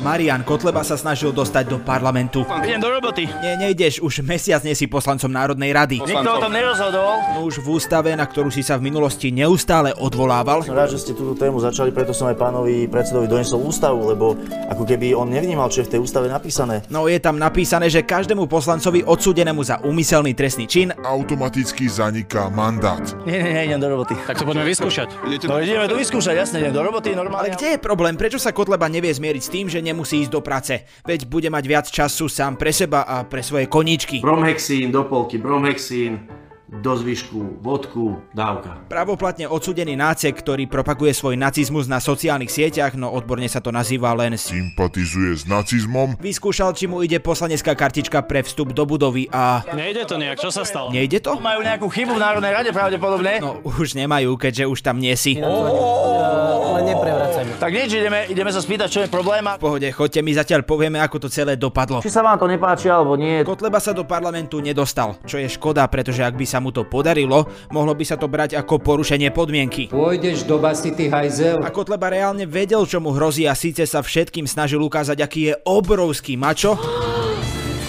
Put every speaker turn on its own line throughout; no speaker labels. Marian Kotleba sa snažil dostať do parlamentu.
Idem do roboty.
Nie, nejdeš, už mesiac nie si poslancom Národnej rady.
Nikto o tom nerozhodol.
No už v ústave, na ktorú si sa v minulosti neustále odvolával,
Som No, rád, že ste túto tému začali, preto som aj pánovi predsedovi donesol ústavu, lebo ako keby on nevnímal, čo je v tej ústave napísané.
no je tam napísané, že každému poslancovi odsúdenému za úmyselný trestný čin
automaticky zaniká mandát.
Nie, nie, nie, idem do roboty.
Tak to poďme vyskúšať.
No ideme tu vyskúšať, jasne, idem do roboty, normálne.
Ale kde je problém? Prečo sa Kotleba nevie zmieriť s tým, že nemusí ísť do práce? Veď bude mať viac času sám pre seba a pre svoje koníčky.
Bromhexín do polky, bromhexín do zvyšku, vodku, dávka.
Pravoplatne odsudený nácek, ktorý propaguje svoj nacizmus na sociálnych sieťach, no odborne sa to nazýva len s...
Sympatizuje s nacizmom,
Vyskúšal, či mu ide poslanecká kartička pre vstup do budovy a...
Nejde to nejak, čo sa stalo?
Nejde to?
Majú nejakú chybu v Národnej rade pravdepodobne.
No už nemajú, keďže už tam nie si.
Ale neprevracaj mi.
Tak nič, ideme, ideme sa spýtať, čo je problém. a-
V pohode, chodte, my zatiaľ povieme, ako to celé dopadlo.
Či sa vám to nepáči alebo nie,
Kotleba sa do parlamentu nedostal, čo je škoda, pretože ak by sa mu to podarilo, mohlo by sa to brať ako porušenie podmienky.
Pôjdeš do basy, ty hajzel.
A Kotleba reálne vedel, čo mu hrozí a síce sa všetkým snažil ukázať, aký je obrovský mačo,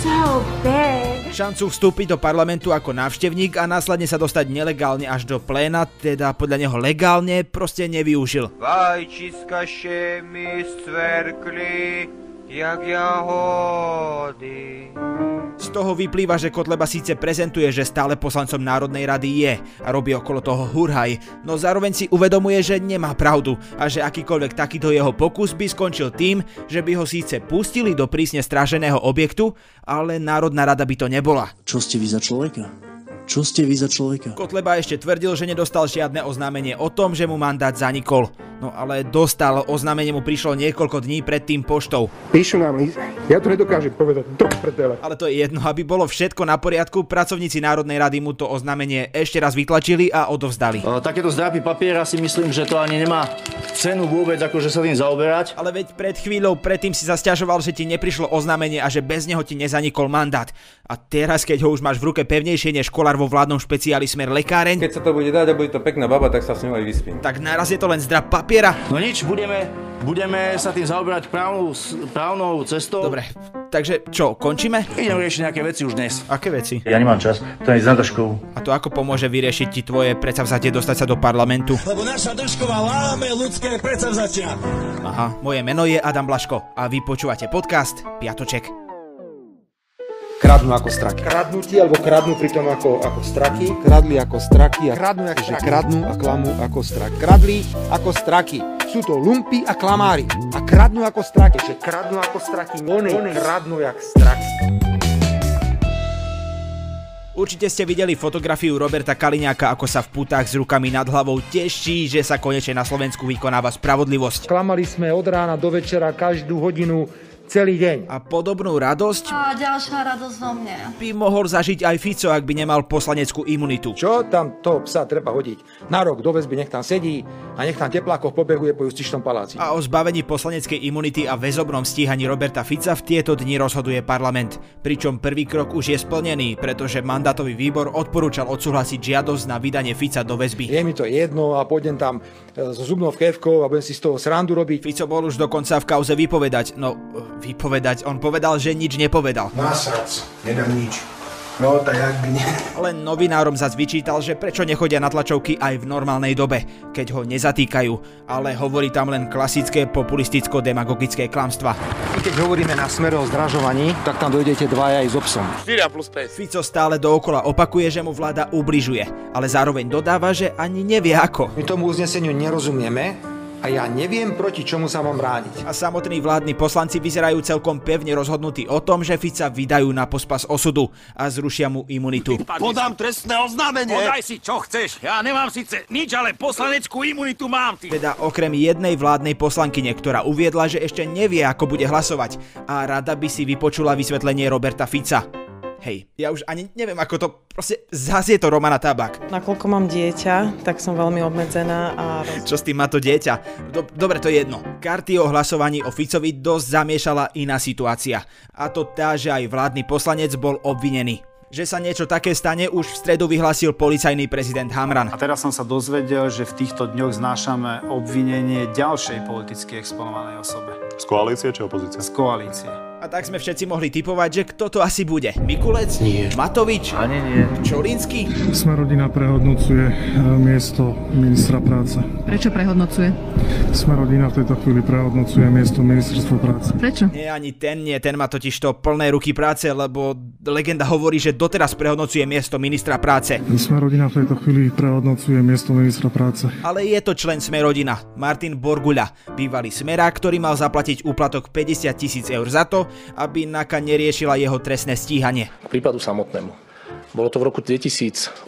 So big.
šancu vstúpiť do parlamentu ako návštevník a následne sa dostať nelegálne až do pléna, teda podľa neho legálne, proste nevyužil.
Vajčiska še mi stverkli, jak jahody.
Z toho vyplýva, že Kotleba síce prezentuje, že stále poslancom Národnej rady je a robí okolo toho hurhaj, no zároveň si uvedomuje, že nemá pravdu a že akýkoľvek takýto jeho pokus by skončil tým, že by ho síce pustili do prísne stráženého objektu, ale Národná rada by to nebola.
Čo ste vy za človeka? Čo ste vy za človeka?
Kotleba ešte tvrdil, že nedostal žiadne oznámenie o tom, že mu mandát zanikol. No ale dostal, oznámenie mu prišlo niekoľko dní predtým poštou.
Píšu nám list. Ja to nedokážem povedať. Do prdele.
Ale to je jedno, aby bolo všetko na poriadku, pracovníci Národnej rady mu to oznámenie ešte raz vytlačili a odovzdali.
O, Takéto zdrapy papiera si myslím, že to ani nemá cenu vôbec, akože sa tým zaoberať.
Ale veď pred chvíľou predtým si sa sťažoval, že ti neprišlo oznámenie a že bez neho ti nezanikol mandát. A teraz, keď ho už máš v ruke pevnejšie než školár vo vládnom špeciáli smer lekáreň,
Keď sa to bude dať a bude to pekná baba, tak sa s ňou aj vyspím.
tak naraz je to len zdrab papiera.
No nič, budeme, budeme sa tým zaoberať právnou, s- právnou cestou.
Dobre, takže čo, končíme?
Idem riešiť nejaké veci už dnes.
Aké veci?
Ja nemám čas, to je za držkou.
A to ako pomôže vyriešiť ti tvoje predsavzatie dostať sa do parlamentu?
Lebo naša držková láme ľudské predsavzatia.
Aha, moje meno je Adam Blaško a vy počúvate podcast Piatoček.
Kradnú ako straky.
Kradnú ti alebo kradnú pritom ako, ako straky.
Kradli ako straky. A
Kradnú ako
že
straky.
kradnú a klamú ako straky. Kradli ako straky. Sú to lumpy a klamári. A kradnú ako straky.
Že kradnú ako straky. Oni kradnú jak straky.
Určite ste videli fotografiu Roberta Kaliňáka, ako sa v putách s rukami nad hlavou teší, že sa konečne na Slovensku vykonáva spravodlivosť.
Klamali sme od rána do večera každú hodinu celý deň.
A podobnú radosť
A ďalšia radosť vo mne.
by mohol zažiť aj Fico, ak by nemal poslaneckú imunitu.
Čo tam toho psa treba hodiť? Na rok do väzby nech tam sedí a nech tam teplákov pobehuje po justičnom paláci.
A o zbavení poslaneckej imunity a väzobnom stíhaní Roberta Fica v tieto dni rozhoduje parlament. Pričom prvý krok už je splnený, pretože mandátový výbor odporúčal odsúhlasiť žiadosť na vydanie Fica do väzby.
Je mi to jedno a pôjdem tam e, so zubnou vkevkou a budem si z toho srandu robiť.
Fico bol už dokonca v kauze vypovedať, no vypovedať, on povedal, že nič nepovedal.
Násac, nedám nič. No, tak jak by nie.
Len novinárom zas vyčítal, že prečo nechodia na tlačovky aj v normálnej dobe, keď ho nezatýkajú, ale hovorí tam len klasické populisticko-demagogické klamstva.
Keď hovoríme na smere o zdražovaní, Hm, tak tam dojdete dvaja aj s obsom.
Fico stále dookola opakuje, že mu vláda ubližuje, ale zároveň dodáva, že ani nevie ako.
My tomu uzneseniu nerozumieme a ja neviem, proti čomu sa mám brániť.
A samotní vládni poslanci vyzerajú celkom pevne rozhodnutí o tom, že Fica vydajú na pospas osudu a zrušia mu imunitu.
Podám trestné oznámenie.
Podaj si čo chceš, ja nemám síce nič, ale poslaneckú imunitu mám, ty.
Teda okrem jednej vládnej poslankyne, ktorá uviedla, že ešte nevie, ako bude hlasovať a rada by si vypočula vysvetlenie Roberta Fica. Hej, ja už ani neviem, ako to... Proste zase je to Romana Tabak.
Nakoľko mám dieťa, tak som veľmi obmedzená a
Čo s tým má to dieťa? Do, dobre, to je jedno. Karty o hlasovaní o Ficovi dosť zamiešala iná situácia. A to tá, že aj vládny poslanec bol obvinený. Že sa niečo také stane, už v stredu vyhlásil policajný prezident Hamran.
A teraz som sa dozvedel, že v týchto dňoch znášame obvinenie ďalšej politicky exponovanej osobe.
Z koalície či opozície? Z koalície.
A tak sme všetci mohli typovať, že kto to asi bude. Mikulec? Nie. Matovič? Ani nie. Čolínsky?
Sme rodina prehodnocuje e, miesto ministra práce.
Prečo prehodnocuje?
Sme rodina v tejto chvíli prehodnocuje miesto ministerstva práce.
Prečo? Nie, ani ten nie, ten má totiž to plné ruky práce, lebo legenda hovorí, že doteraz prehodnocuje miesto ministra práce.
Sme rodina v tejto chvíli prehodnocuje miesto ministra práce.
Ale je to člen Smerodina, Martin Borguľa, bývalý Smera, ktorý mal zaplatiť úplatok 50 tisíc eur za to, aby NAKA neriešila jeho trestné stíhanie.
K prípadu samotnému. Bolo to v roku 2018.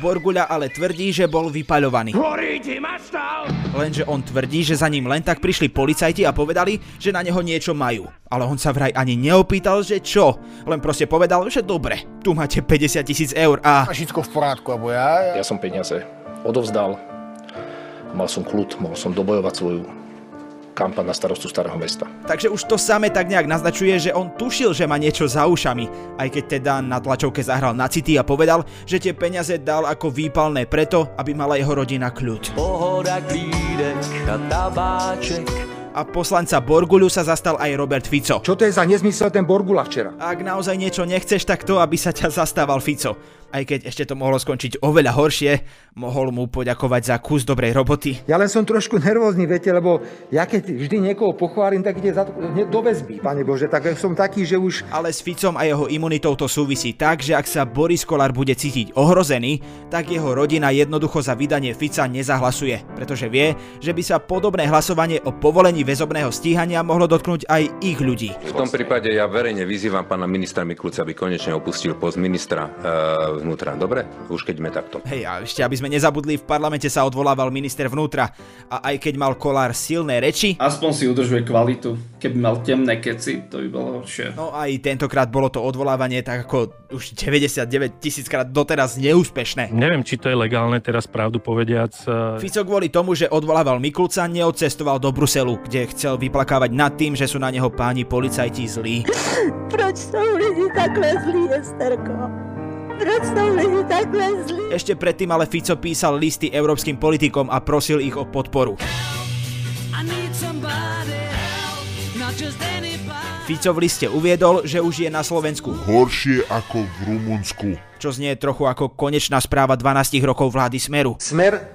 Borguľa ale tvrdí, že bol vypaľovaný.
Horí ti maštal!
Lenže on tvrdí, že za ním len tak prišli policajti a povedali, že na neho niečo majú. Ale on sa vraj ani neopýtal, že čo. Len proste povedal, že dobre, tu máte 50 tisíc eur a...
A všetko v porádku, alebo ja?
Ja som peniaze odovzdal, mal som kľud, mohol som dobojovať svoju kampaň na starostu Starého mesta.
Takže už to samé tak nejak naznačuje, že on tušil, že má niečo za ušami, aj keď teda na tlačovke zahral na city a povedal, že tie peniaze dal ako výpalné preto, aby mala jeho rodina kľud.
Pohoda, klídek a tabáček.
A poslanca Borguľu sa zastal aj Robert Fico.
Čo to je za nezmysel ten Borgula včera?
Ak naozaj niečo nechceš, tak to, aby sa ťa zastával Fico. Aj keď ešte to mohlo skončiť oveľa horšie, mohol mu poďakovať za kus dobrej roboty.
Ja len som trošku nervózny, viete, lebo ja keď vždy niekoho pochválim, tak ide za to, hneď do väzby, pane Bože, tak som taký, že už...
Ale s Ficom a jeho imunitou to súvisí tak, že ak sa Boris Kolár bude cítiť ohrozený, tak jeho rodina jednoducho za vydanie Fica nezahlasuje, pretože vie, že by sa podobné hlasovanie o povolení väzobného stíhania mohlo dotknúť aj ich ľudí.
V tom prípade ja verejne vyzývam pána ministra Mikulca, aby konečne opustil post ministra e, vnútra. Dobre? Už keď sme takto.
Hej, a ešte aby sme nezabudli, v parlamente sa odvolával minister vnútra. A aj keď mal Kolár silné reči...
Aspoň si udržuje kvalitu. Keby mal temné keci, to by bolo horšie.
No aj tentokrát bolo to odvolávanie tak ako už 99 tisíckrát doteraz neúspešné.
Neviem, či to je legálne teraz pravdu povediac. e,
Fico kvôli tomu, že odvolával Mikulca, neodcestoval do Bruselu, kde chcel vyplakávať nad tým, že sú na neho páni policajti zlí.
Proč jsou lidi takhle zlí, Esterko? Proč jsou lidi takhle zlí?
Ešte predtým ale Fico písal listy európskym politikom a prosil ich o podporu.
I need somebody help, not just anybody.
Fico v liste uviedol, že už je na Slovensku.
Horšie ako v Rumunsku.
Čo znie trochu ako konečná správa 12 rokov vlády Smeru.
Smer,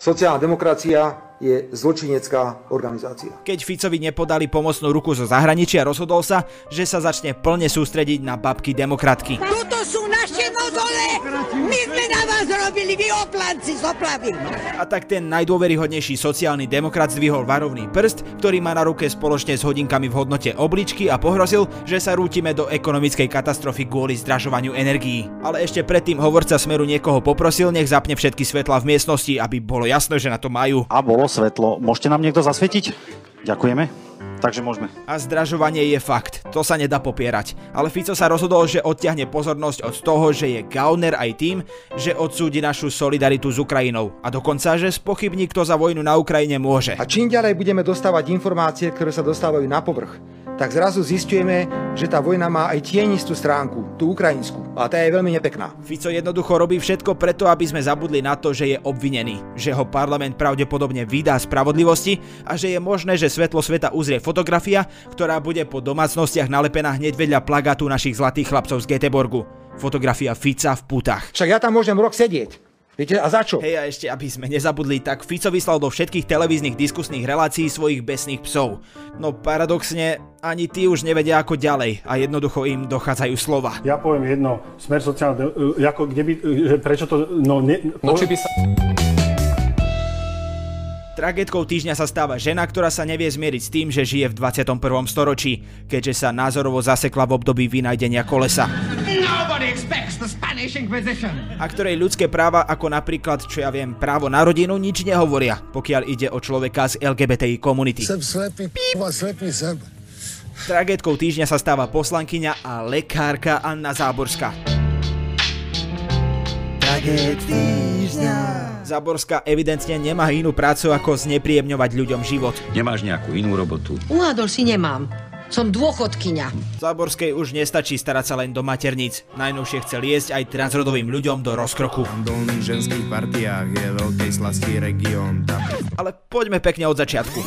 sociálna demokracia je zločinecká organizácia.
Keď Ficovi nepodali pomocnú ruku zo zahraničia, rozhodol sa, že sa začne plne sústrediť na babky demokratky.
Tuto sú naše mozole! My sme na vás robili, vy oplanci z oplavy!
A tak ten najdôveryhodnejší sociálny demokrat zdvihol varovný prst, ktorý má na ruke spoločne s hodinkami v hodnote obličky a pohrozil, že sa rútime do ekonomickej katastrofy kvôli zdražovaniu energií. Ale ešte predtým hovorca Smeru niekoho poprosil, nech zapne všetky svetlá v miestnosti, aby bolo jasné, že na to majú.
A bolo svetlo. Môžete nám niekto zasvietiť? Ďakujeme. Takže môžeme.
A zdražovanie je fakt, to sa nedá popierať. Ale Fico sa rozhodol, že odťahne pozornosť od toho, že je gauner aj tým, že odsúdi našu solidaritu s Ukrajinou. A dokonca, že spochybní, kto za vojnu na Ukrajine môže.
A čím ďalej budeme dostávať informácie, ktoré sa dostávajú na povrch, tak zrazu zistujeme, že tá vojna má aj tienistú stránku, tú ukrajinskú. A tá je veľmi nepekná.
Fico jednoducho robí všetko preto, aby sme zabudli na to, že je obvinený, že ho parlament pravdepodobne vydá spravodlivosti a že je možné, že svetlo sveta uzrie fotografia, ktorá bude po domácnostiach nalepená hneď vedľa plagátu našich zlatých chlapcov z Göteborgu. Fotografia Fica v putách.
Však ja tam môžem rok sedieť. Viete, a za čo?
Hej, a ešte aby sme nezabudli, tak Fico vyslal do všetkých televíznych diskusných relácií svojich besných psov. No paradoxne, ani tí už nevedia ako ďalej a jednoducho im dochádzajú slova.
Ja poviem jedno, smer sociálne, e, ako kde by, e, že prečo to, no ne... No, by sa...
Tragetkou týždňa sa stáva žena, ktorá sa nevie zmieriť s tým, že žije v 21. storočí, keďže sa názorovo zasekla v období vynajdenia kolesa.
Nobody expects the Spanish Inquisition!
a ktorej ľudské práva ako napríklad, čo ja viem, právo na rodinu nič nehovoria, pokiaľ ide o človeka z LGBTI komunity.
Jsem slepý, p***a, slepý jsem.
Tragetkou týždňa sa stáva poslankyňa a lekárka Anna Záborská. Traget týždňa. Záborská evidentne nemá inú prácu ako znepríjemňovať ľuďom život.
Nemáš nejakú inú robotu?
Uhádol si nemám. Som dôchodkyňa.
Záborskej už nestačí starať sa len do materníc. Najnovšie chce liesť aj transrodovým ľuďom do rozkroku.
dolných ženských partiách je veľkej slasti región.
Ale poďme pekne od začiatku.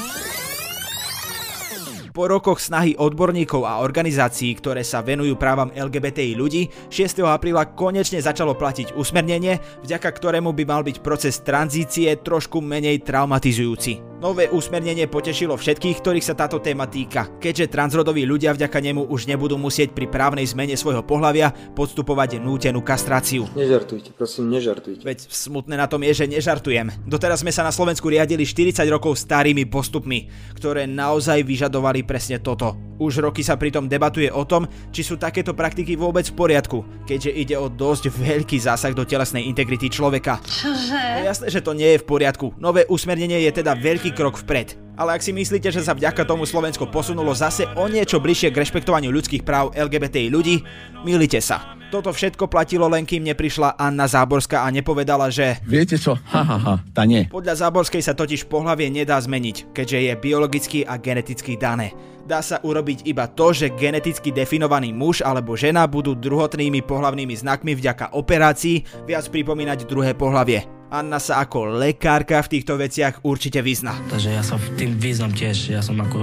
Po rokoch snahy odborníkov a organizácií, ktoré sa venujú právam LGBTI ľudí, 6. apríla konečne začalo platiť usmernenie, vďaka ktorému by mal byť proces tranzície trošku menej traumatizujúci. Nové usmernenie potešilo všetkých, ktorých sa táto téma týka, keďže transrodoví ľudia vďaka nemu už nebudú musieť pri právnej zmene svojho pohlavia podstupovať nútenú kastráciu.
Nežartujte, prosím, nežartujte.
Veď smutné na tom je, že nežartujem. Doteraz sme sa na Slovensku riadili 40 rokov starými postupmi, ktoré naozaj vyžadovali presne toto. Už roky sa pritom debatuje o tom, či sú takéto praktiky vôbec v poriadku, keďže ide o dosť veľký zásah do telesnej integrity človeka.
Čože?
Je No jasné, že to nie je v poriadku. Nové usmernenie je teda veľký krok vpred. Ale ak si myslíte, že sa vďaka tomu Slovensko posunulo zase o niečo bližšie k rešpektovaniu ľudských práv LGBTI ľudí, milite sa. Toto všetko platilo len kým neprišla Anna Záborská a nepovedala, že...
Viete čo? Ha, ha, ha, tá nie.
Podľa Záborskej sa totiž pohlavie nedá zmeniť, keďže je biologicky a geneticky dané. Dá sa urobiť iba to, že geneticky definovaný muž alebo žena budú druhotnými pohlavnými znakmi vďaka operácii viac pripomínať druhé pohlavie. Anna sa ako lekárka v týchto veciach určite vyzna.
Takže ja sa v tým význam tiež, ja som ako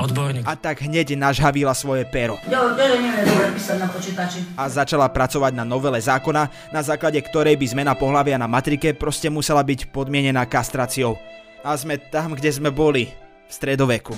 odborník.
A tak hneď nažhavila svoje pero.
Jo, vero neviem dobre písať na počítači.
a začala pracovať na novele zákona, na základe ktorej by zmena pohlavia na matrike proste musela byť podmienená kastráciou. A sme tam, kde sme boli, v stredoveku.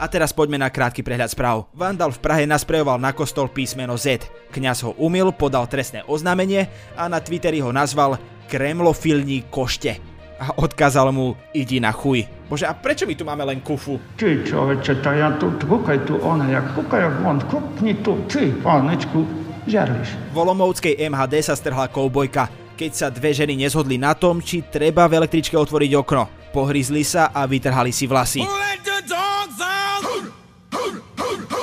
A teraz poďme na krátky prehľad správ. Vandal v Prahe nasprejoval na kostol písmeno Z. Kňaz ho umil, podal trestné oznámenie a na Twitteri ho nazval kremlofilní košte. A odkázal mu, idi na chuj. Bože, a prečo my tu máme len kufu?
Ty čoveče, to ja tu, kukaj tu ona, jak kukaj jak on, kukni tu, ty, panečku, žerliš.
V Olomovskej MHD sa strhla koubojka, keď sa dve ženy nezhodli na tom, či treba v električke otvoriť okno. Pohrizli sa a vytrhali si vlasy.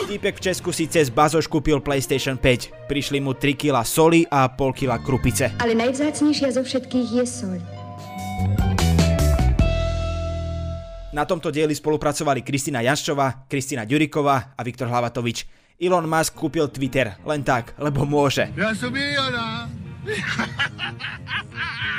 Týpek v Česku si cez bazoš kúpil PlayStation 5. Prišli mu 3 kg soli a pol kg krupice.
Ale najvzácnejšia zo všetkých je sol.
Na tomto dieli spolupracovali Kristina Janščová, Kristina Ďuriková a Viktor Hlavatovič. Elon Musk kúpil Twitter, len tak, lebo môže.
Ja som Ilona.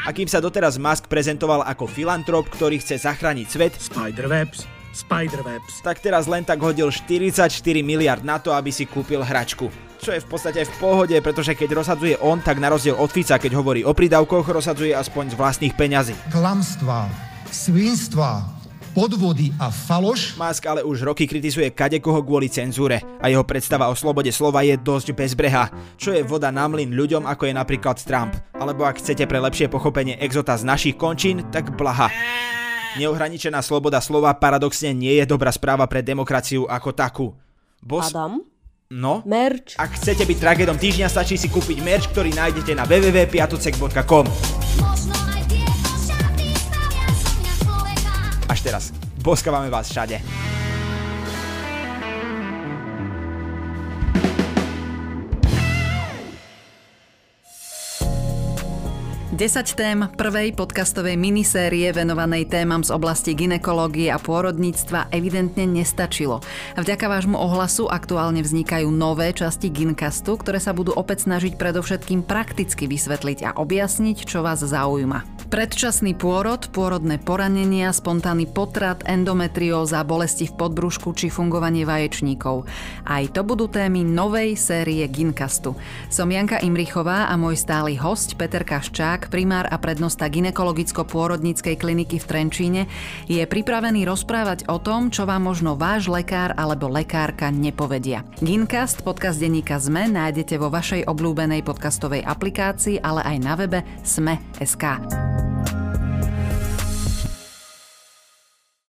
A kým sa doteraz Musk prezentoval ako filantrop, ktorý chce zachrániť svet,
Spiderwebs, Spiderwebs.
tak teraz len tak hodil 44 miliard na to, aby si kúpil hračku. Čo je v podstate v pohode, pretože keď rozhadzuje on, tak na rozdiel od Fica, keď hovorí o prídavkoch, rozhadzuje aspoň z vlastných peňazí.
Klamstva, svinstva, podvody a faloš
Musk ale už roky kritizuje kadekoho kvôli cenzúre a jeho predstava o slobode slova je dosť bezbreha, čo je voda na mlyn ľuďom ako je napríklad Trump. Alebo ak chcete pre lepšie pochopenie exota z našich končín, tak blaha. Neohraničená sloboda slova paradoxne nie je dobrá správa pre demokraciu ako takú. Bos...
Adam?
No?
Merč?
Ak chcete byť tragédom týždňa, stačí si kúpiť merch, ktorý nájdete na www.piatocek.com Až teraz. Boskávame vás všade.
Desať tém prvej podcastovej minisérie venovanej témam z oblasti ginekológie a pôrodníctva evidentne nestačilo. Vďaka vášmu ohlasu aktuálne vznikajú nové časti Ginkastu, ktoré sa budú opäť snažiť predovšetkým prakticky vysvetliť a objasniť, čo vás zaujíma. Predčasný pôrod, pôrodné poranenia, spontánny potrat, endometrióza, bolesti v podbrúšku či fungovanie vaječníkov. Aj to budú témy novej série Ginkastu. Som Janka Imrichová a môj stály host Peter Kaščák Horák, primár a prednosta ginekologicko-pôrodníckej kliniky v Trenčíne, je pripravený rozprávať o tom, čo vám možno váš lekár alebo lekárka nepovedia. Gincast, podcast denníka ZME, nájdete vo vašej obľúbenej podcastovej aplikácii, ale aj na webe sme.sk.